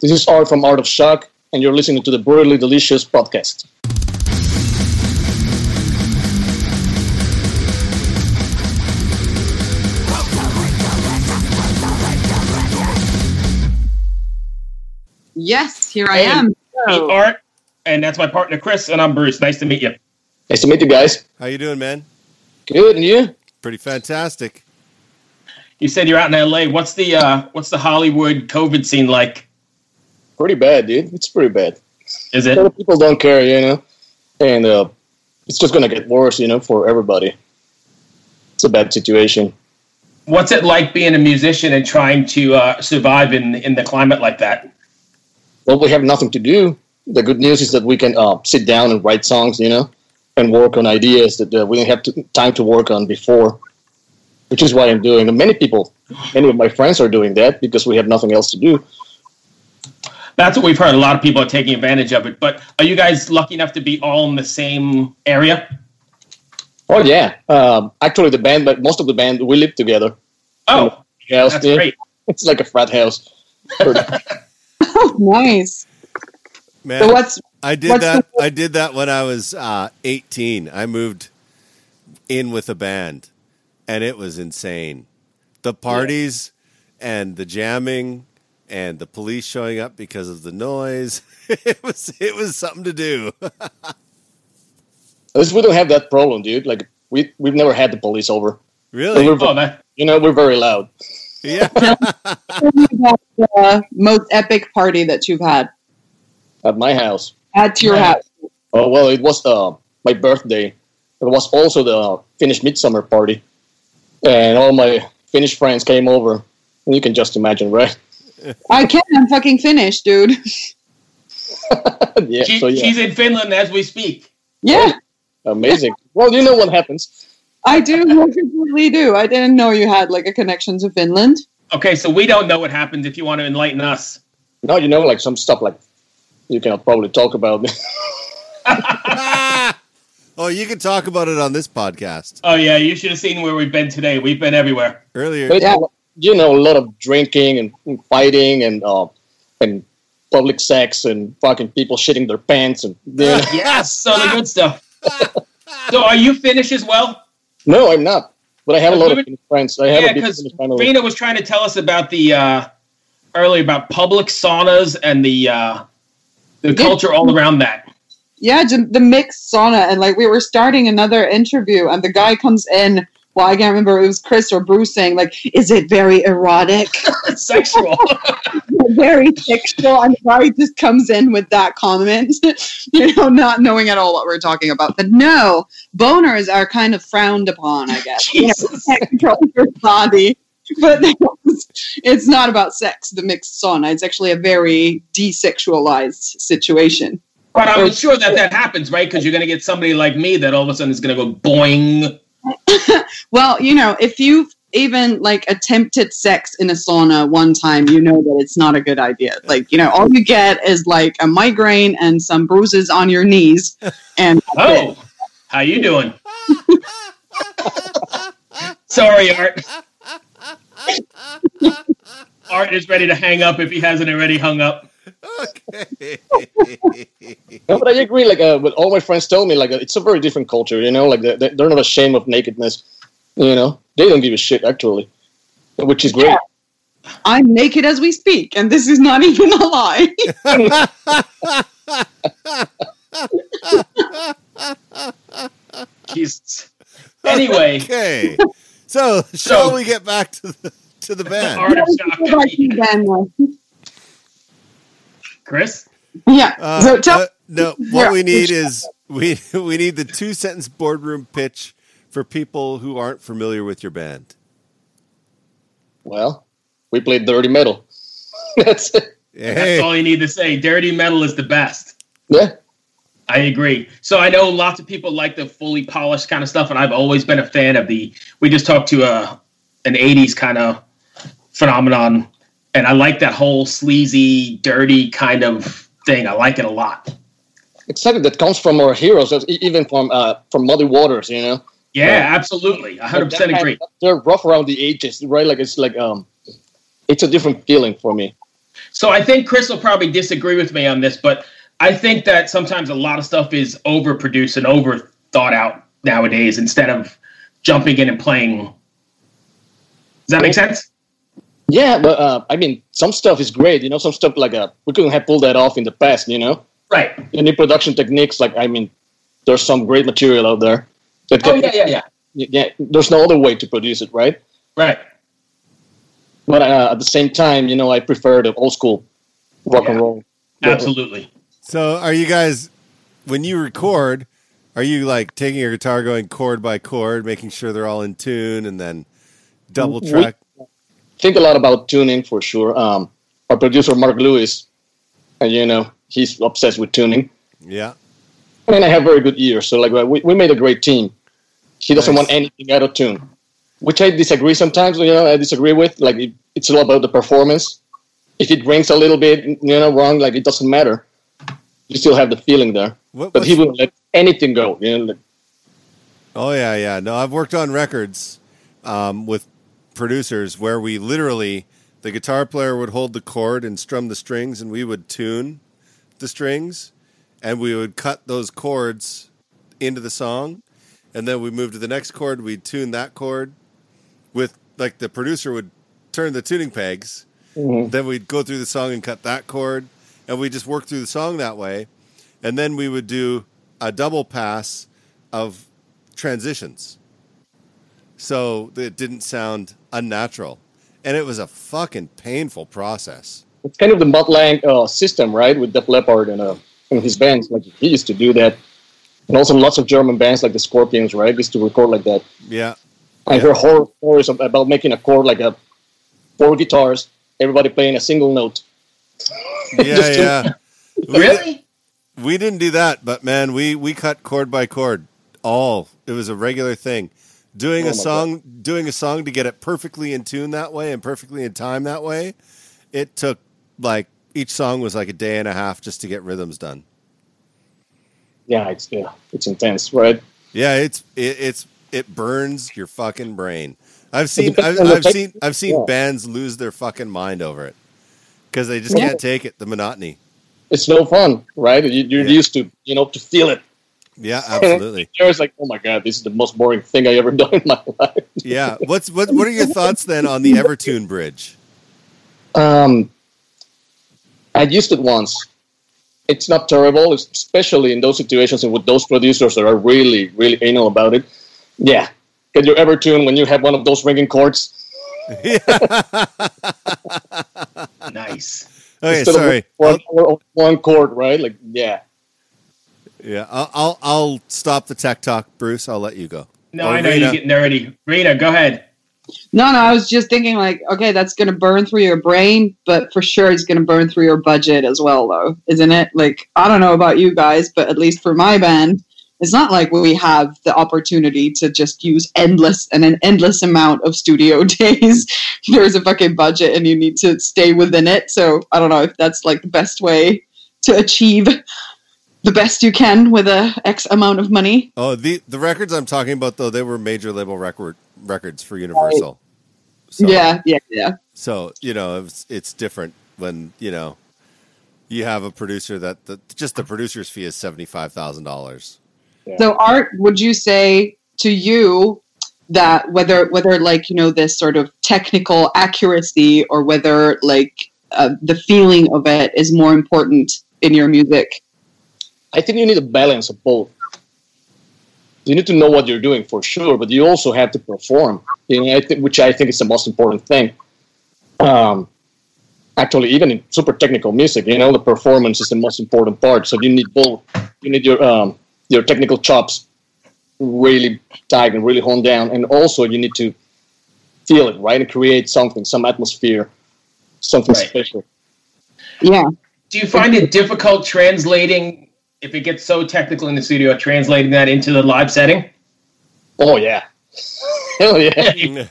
This is Art from Art of Shock, and you're listening to the Brutally Delicious podcast. Yes, here I Hey. am. Hey, So, Art, and that's my partner Chris, and I'm Bruce. Nice to meet you. Nice to meet you guys. How you doing, man? Good, and you? Pretty fantastic. You said you're out in L.A. What's the uh, what's the Hollywood COVID scene like? Pretty bad, dude. It's pretty bad. Is A it? lot of people don't care, you know, and uh, it's just gonna get worse, you know, for everybody. It's a bad situation. What's it like being a musician and trying to uh, survive in in the climate like that? Well, we have nothing to do. The good news is that we can uh, sit down and write songs, you know, and work on ideas that uh, we didn't have to, time to work on before, which is what I'm doing. And many people, many of my friends are doing that because we have nothing else to do. That's what we've heard. A lot of people are taking advantage of it. But are you guys lucky enough to be all in the same area? Oh, yeah. Um, actually, the band, but most of the band, we live together. Oh, House, that's yeah. great. It's like a frat house. Oh, nice. Man, So what's I did what's that. I did that when I was uh, 18. I moved in with a band, and it was insane. The parties and the jamming and the police showing up because of the noise. it was it was something to do. At least we don't have that problem, dude. Like, we, we've never had the police over. really? We're- Oh, that, You know, we're very loud. Yeah. the most epic party that you've had At my house, at your Yeah. house? Oh well, it was uh, my birthday. It was also the uh, Finnish midsummer party, and all my Finnish friends came over. And you can just imagine, right? I can't. I'm fucking finished, dude. yeah, she, so yeah, she's in Finland as we speak. yeah, amazing. well, you know what happens. I do. I completely do. I didn't know you had like a connection to Finland. Okay, so we don't know what happens. If you want to enlighten us, Now you know, like some stuff like you cannot probably talk about. Ah! Oh, you can talk about it on this podcast. oh yeah, you should have seen where we've been today. We've been everywhere. Earlier, But, Yeah. You know, a lot of drinking and, and fighting and uh, and public sex and fucking people shitting their pants and. Yes, so the good stuff. so are you Finnish as well? no, I'm not. But I have a lot of Even- Finnish friends. I have yeah, a big because Finnish family. Rena was trying to tell us about the uh, earlier about public saunas and the uh, the culture all around that. Yeah, j- the mixed sauna, and like we were starting another interview, and the guy comes in. Well, I can't remember. if It was Chris or Bruce saying like, "Is it very erotic, It's sexual. very sexual?" And the guy just comes in with that comment, you know, not knowing at all what we're talking about. But no, boners are kind of frowned upon, I guess. You know, Jesus. you can't control your body, but it's not about sex. The mixed sauna. It's actually a very desexualized situation. But I'm sure that that happens, right? Because you're going to get somebody like me that all of a sudden is going to go boing. Well, you know, if you've even like attempted sex in a sauna one time, you know that it's not a good idea. Like, you know, all you get is like a migraine and some bruises on your knees. And Oh, how you doing? Sorry, Art. Art is ready to hang up if he hasn't already hung up. okay. No, but I agree. Like, uh, what all my friends tell me, like, uh, it's a very different culture. You know, like they, they- they're not ashamed of nakedness. You know, they don't give a shit actually, which is great. Yeah. I'm naked as we speak, and this is not even a lie. Jesus. Anyway, okay. So, shall we get back to the to the band? Art of Shock. Chris? yeah. Uh, so tell what- no, Yeah. what we need is we we need the two sentence boardroom pitch for people who aren't familiar with your band. Well, we played dirty metal. That's it. That's Hey, all you need to say. Dirty metal is the best. Yeah, I agree. So I know lots of people like the fully polished kind of stuff, and I've always been a fan of the. We just talked to a an '80s kind of phenomenon, and I like that whole sleazy, dirty kind of thing. I like it a lot. exactly. That comes from our heroes, that's e- even from uh, from Muddy Waters. You know, Yeah, Right. absolutely. I 100 percent Like, agree. They're rough around the edges, right? Like it's like um, it's a different feeling for me. So I think Chris will probably disagree with me on this, but I think that sometimes a lot of stuff is overproduced and over thought out nowadays instead of jumping in and playing. Does that make sense? Yeah, but uh, I mean, some stuff is great. You know, some stuff like uh, we couldn't have pulled that off in the past. You know, Right. the new production techniques. Like I mean, there's some great material out there. That Oh yeah, yeah, yeah. yeah. There's no other way to produce it, right? Right. But uh, at the same time, you know, I prefer the old school rock and Yeah. roll. Absolutely. So are you guys when you record, are you like taking your guitar going chord by chord, making sure they're all in tune and then double We- track? think a lot about tuning for sure. Um, our producer Mark Lewis, and you know, he's obsessed with tuning. Yeah. I mean, I have very good ears, so like we, we made a great team. He doesn't Nice. want anything out of tune, which I disagree sometimes. You know, I disagree with. Like it, it's all about the performance. If it rings a little bit, you know, wrong, like it doesn't matter. You still have the feeling there. What, But he what's- wouldn't let anything go. You know, like, Oh yeah, yeah. No, I've worked on records um, with producers where we literally the guitar player would hold the chord and strum the strings, and we would tune the strings, and we would cut those chords into the song, and then we move to the next chord. We'd tune that chord with like the producer would turn the tuning pegs. Then we'd go through the song and cut that chord, and we just work through the song that way, and then we would do a double pass of transitions. So that it didn't sound unnatural. And it was a fucking painful process. it's kind of the Mutt Lang uh, system, right? With Def Leppard and, uh, and his bands, like he used to do that, and also lots of German bands like the Scorpions, right, used to record like that. Yeah. I heard horror stories ab- about making a chord like a four guitars, everybody playing a single note. Yeah, Just to- yeah. We- Really? We didn't do that, but man, we we cut chord by chord. All. It was a regular thing. Doing Oh a my song doing a song to get it perfectly in tune that way and perfectly in time that way, it took like each song was like a day and a half just to get rhythms done. Yeah, it's yeah, it's intense, right? Yeah, it's it, it's it burns your fucking brain. I've seen I've, depends on the I've type- seen I've seen yeah. bands lose their fucking mind over it because they just Yeah. can't take it the monotony. It's no fun, right? You, you're Yeah. used to you know to feel it. Yeah, absolutely. You're always like, oh my god, this is the most boring thing I ever done in my life. Yeah. What's what? What are your thoughts then on the Evertune bridge? Um, I used it once. It's not terrible, especially in those situations and with those producers that are really, really anal about it. Yeah. Can you ever tune when you have one of those ringing chords? Nice. Okay, Instead of Oh, sorry. Oh. One, one- one chord, right? Like, yeah. Yeah, I'll, I'll I'll stop the tech talk, Bruce. I'll let you go. No, Or I know Rena. you get nerdy. Rena, go ahead. No, no, I was just thinking like, okay, that's gonna burn through your brain, but for sure it's gonna burn through your budget as well, though, isn't it? Like, I don't know about you guys, but at least for my band, it's not like we have the opportunity to just use endless and an endless amount of studio days. There's a fucking budget, and you need to stay within it. So I don't know if that's like the best way to achieve the best you can with a X amount of money. Oh, the the records I'm talking about though, they were major label record records for Universal. So- Yeah, yeah, yeah. So you know, it's it's different when you know you have a producer that the, just the producer's fee is seventy five thousand dollars. So, Art, would you say to you that whether whether like you know this sort of technical accuracy or whether like uh, the feeling of it is more important in your music? I think you need a balance of both. You need to know what you're doing for sure, but you also have to perform, you know, I thi- which I think is the most important thing. Um, actually, even in super technical music, you know, the performance is the most important part. So you need both. You need your um, your technical chops really tight and really honed down, and also you need to feel it, right, and create something, some atmosphere, something Right. special. Yeah, Do you find it difficult translating if it gets so technical in the studio, translating that into the live setting? Oh yeah, hell yeah. Oh yeah.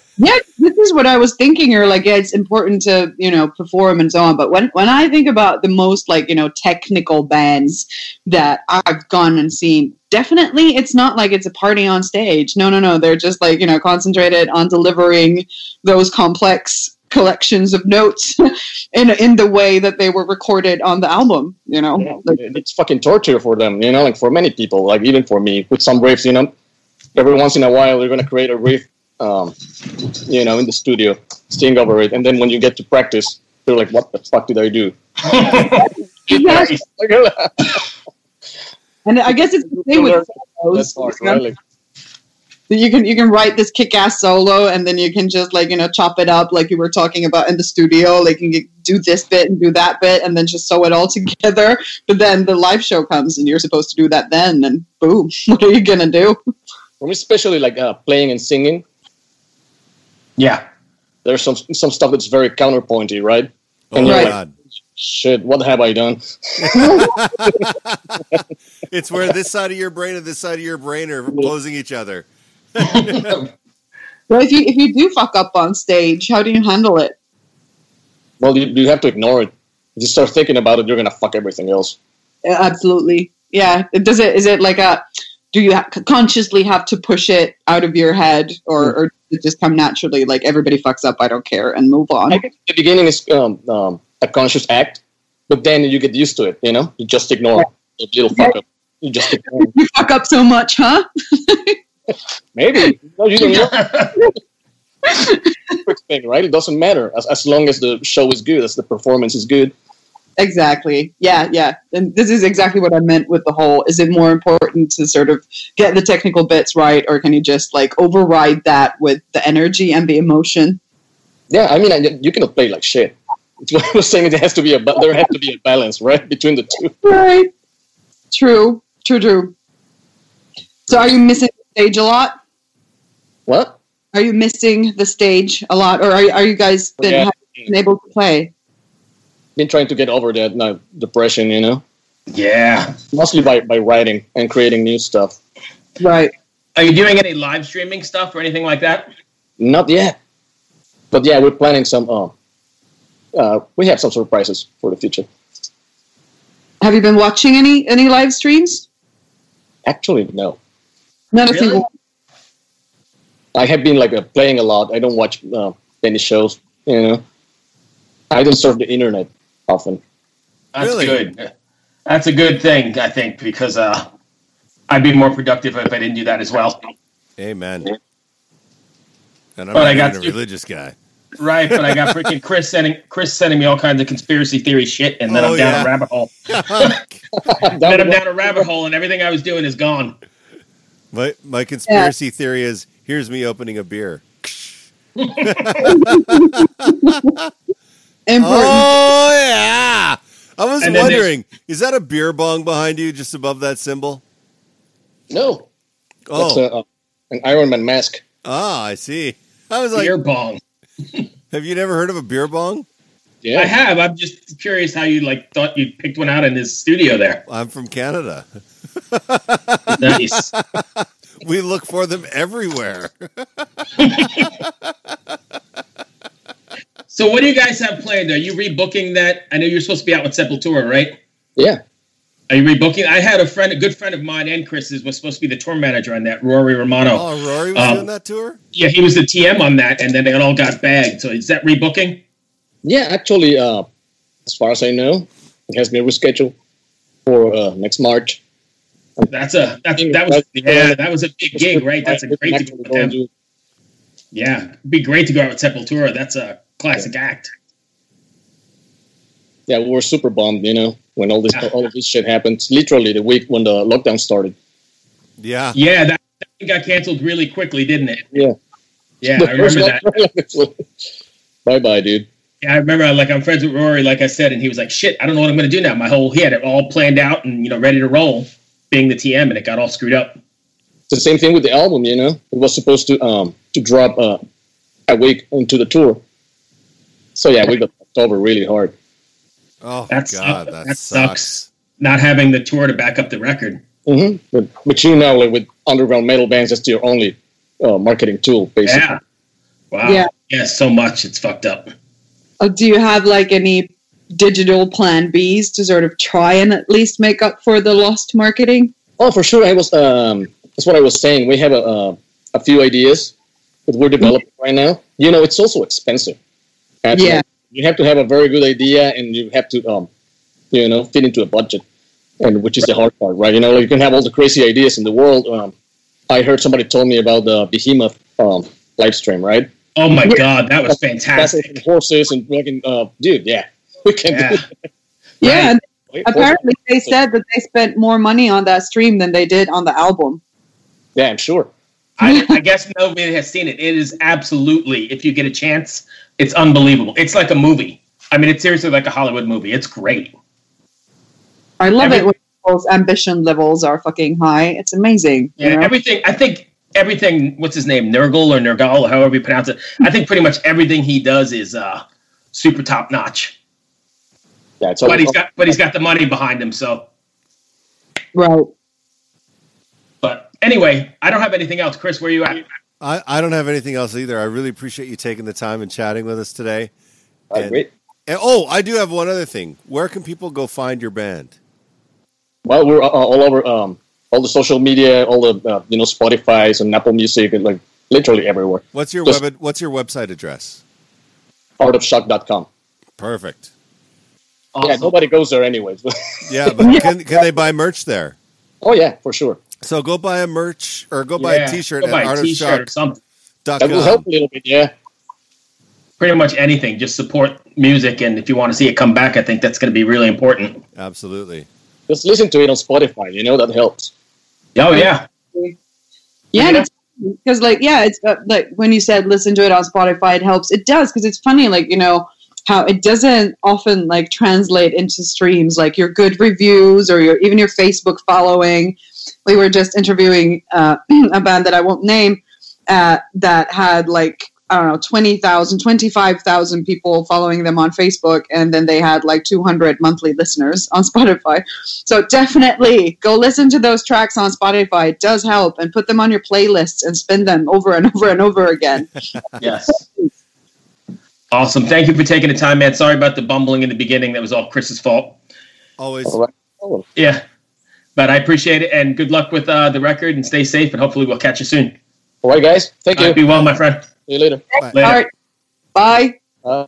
This is what I was thinking. Or like, yeah, it's important to you know perform and so on. But when when I think about the most like you know technical bands that I've gone and seen. Definitely, it's not like it's a party on stage. No, no, no. They're just like, you know, concentrated on delivering those complex c- collections of notes in in the way that they were recorded on the album. You know, Yeah, Like, it's fucking torture for them, you know, like for many people, like even for me, with some riffs, you know, every once in a while you're gonna create a riff, um, you know, in the studio, sting over it, and then when you get to practice, you're like, what the fuck did I do? Exactly. and I guess it's the same with solos. That's hard, you know? right? Like, That you can you can write this kick-ass solo and then you can just like you know chop it up like you were talking about in the studio like you can do this bit and do that bit and then just sew it all together but then the live show comes and you're supposed to do that then and boom what are you gonna do for me, especially like uh, playing and singing, yeah. there's some some stuff that's very counterpointy, right? Oh my Right. god. Shit, what have I done? It's where this side of your brain and this side of your brain are opposing each other. well if you if you do fuck up on stage how do you handle it Well, you, you have to ignore it. If you start thinking about it, you're gonna fuck everything else. Uh, absolutely yeah it does it is it like a do you ha- consciously have to push it out of your head or, or does it just come naturally like everybody fucks up i don't care and move on I guess the beginning is um, um, a conscious act, but then you get used to it. You know, you just ignore it. little fuck up. You just ignore. it. you fuck up so much, huh? Maybe no, you don't know. Quick thing, right? It doesn't matter as, as long as the show is good, as the performance is good. Exactly. Yeah, yeah. And this is exactly what I meant with the whole is it more important to sort of get the technical bits right or can you just like override that with the energy and the emotion? Yeah, I mean, I, you cannot play like shit. It's what I was saying. It has to be a ba- there has to be a balance, right, between the two. Right. True. True, true. So are you missing the stage a lot? What? Are you missing the stage a lot or are, you- are you guys been, Yeah. have been able to play? Been trying to get over that no, depression, you know, yeah. mostly by, by writing and creating new stuff. Right. Are you doing any live streaming stuff or anything like that? Not yet, but yeah, we're planning some. Um, uh, we have some surprises for the future. Have you been watching any any live streams? Actually, no. Not a Really? single I have been like uh, playing a lot. I don't watch uh, any shows. You know, I don't surf the internet often. That's Really? good. That's a good thing, I think, because uh, I'd be more productive if I didn't do that as well. Amen. And But I'm not I got even a you. religious guy. Right, but I got freaking Chris sending Chris sending me all kinds of conspiracy theory shit, and then Oh, I'm down yeah. a rabbit hole. Ah, Then I'm down a rabbit hole, and everything I was doing is gone. my my conspiracy theory is here's me opening a beer. important Oh yeah. I was And then there's- wondering, is that a beer bong behind you just above that symbol? No, that's Oh, uh, an Iron Man mask. ah, I see. I was like, Beer bong. have you never heard of a beer bong? Yeah, I have. I'm just curious how you like thought you picked one out in this studio there. I'm from Canada. Nice. We look for them everywhere. Oh, so, what do you guys have planned? Are you rebooking that? I know you're supposed to be out with Sepultura, right? yeah. Are you rebooking? I had a friend, a good friend of mine, and Chris's was supposed to be the tour manager on that, Rory Romano. Oh, Rory was Um, doing that tour? Yeah, he was the TM on that, and then it all got bagged. So, is that rebooking? Yeah, actually, uh, as far as I know, it has been rescheduled for uh, next March. That's a that's, that was yeah, that was a big gig, right? That's a It's great to go actually with going them. to- Yeah, it'd be great to go out with Sepultura. That's a classic act. Yeah, we were super bummed, you know, when all this Yeah. all of this shit happened. Literally the week when the lockdown started. Yeah. Yeah, that, that thing got canceled really quickly, didn't it? Yeah. Yeah, I remember that. bye bye, dude. Yeah, I remember. Like I'm friends with Rory, like I said, and he was like, "Shit, I don't know what I'm going to do now." My whole he had it all planned out and you know ready to roll, being the TM, and it got all screwed up. It's the same thing with the album, you know. It was supposed to um to drop uh, a week into the tour. So yeah, we got fucked over really hard. Oh That sucks. God, that, That sucks. sucks. Not having the tour to back up the record. hmm But, but you know, like with underground metal bands, that's your only uh, marketing tool, basically. Yeah. Wow. Yeah. Yeah. so much. It's fucked up. Uh, do you have like any digital plan Bs to sort of try and at least make up for the lost marketing? Oh, for sure. I was. Um, that's what I was saying. We have a Mm-hmm. uh, a few ideas that we're developing right now. You know, it's also expensive, Have to- Yeah. you have to have a very good idea, and you have to, um, you know, fit into a budget, and which is the hard part, right? You know, like you can have all the crazy ideas in the world. Um, I heard somebody told me about the behemoth um, live stream, right? Oh my god, that was That's fantastic. like horses and fucking uh, dude, yeah, we can Yeah. do Yeah, Right. it. apparently they said that they spent more money on that stream than they did on the album. yeah, I'm sure. I, I guess nobody has seen it. It is absolutely, if you get a chance, it's unbelievable. It's like a movie. I mean, it's seriously like a Hollywood movie. It's great. I love Every- it when people's ambition levels are fucking high. It's amazing. you Yeah, know? everything. I think everything. What's his name? Nurgle or Nergal, or however you pronounce it. I think pretty much everything he does is uh, super top notch. Yeah, it's all, But he's got, but he's got the money behind him. So, right. but anyway, I don't have anything else. Chris, where you at? I, I don't have anything else either. I really appreciate you taking the time and chatting with us today. all right, great. And, oh, I do have one other thing. Where can people go find your band? Well, we're uh, all over um, all the social media, all the uh, you know Spotify's and Apple Music, and like literally everywhere. What's your Just- web What's your website address? Artofshock.com. Perfect. Yeah, nobody goes there anyways. Yeah, but Can, can they buy merch there? oh yeah, for sure. So go buy a merch or go buy Yeah, a T-shirt go at buy a t-shirt or artofshock.com. something. That will help a little bit. Yeah, Pretty much anything. Just support music, and if you want to see it come back, I think that's going to be really important. Absolutely. just listen to it on Spotify. You know that helps. Oh yeah. yeah, Yeah. and it's because like yeah it's uh, like when you said listen to it on spotify it helps it does because it's funny like you know how it doesn't often like translate into streams like your good reviews or your even your facebook following we were just interviewing uh, a band that i won't name uh, that had like I don't know, 20,000, 25,000 people following them on Facebook, and then they had like 200 monthly listeners on Spotify. So definitely go listen to those tracks on Spotify. It does help and put them on your playlists and spin them over and over and over again. Yes. Awesome. Thank you for taking the time, man. Sorry about the bumbling in the beginning. That was all Chris's fault. Always. All right. Oh, Yeah. But I appreciate it and good luck with uh, the record and stay safe and hopefully we'll catch you soon. all right, guys. Thank All right, you. be well, my friend. See you later. Later. All right. Bye.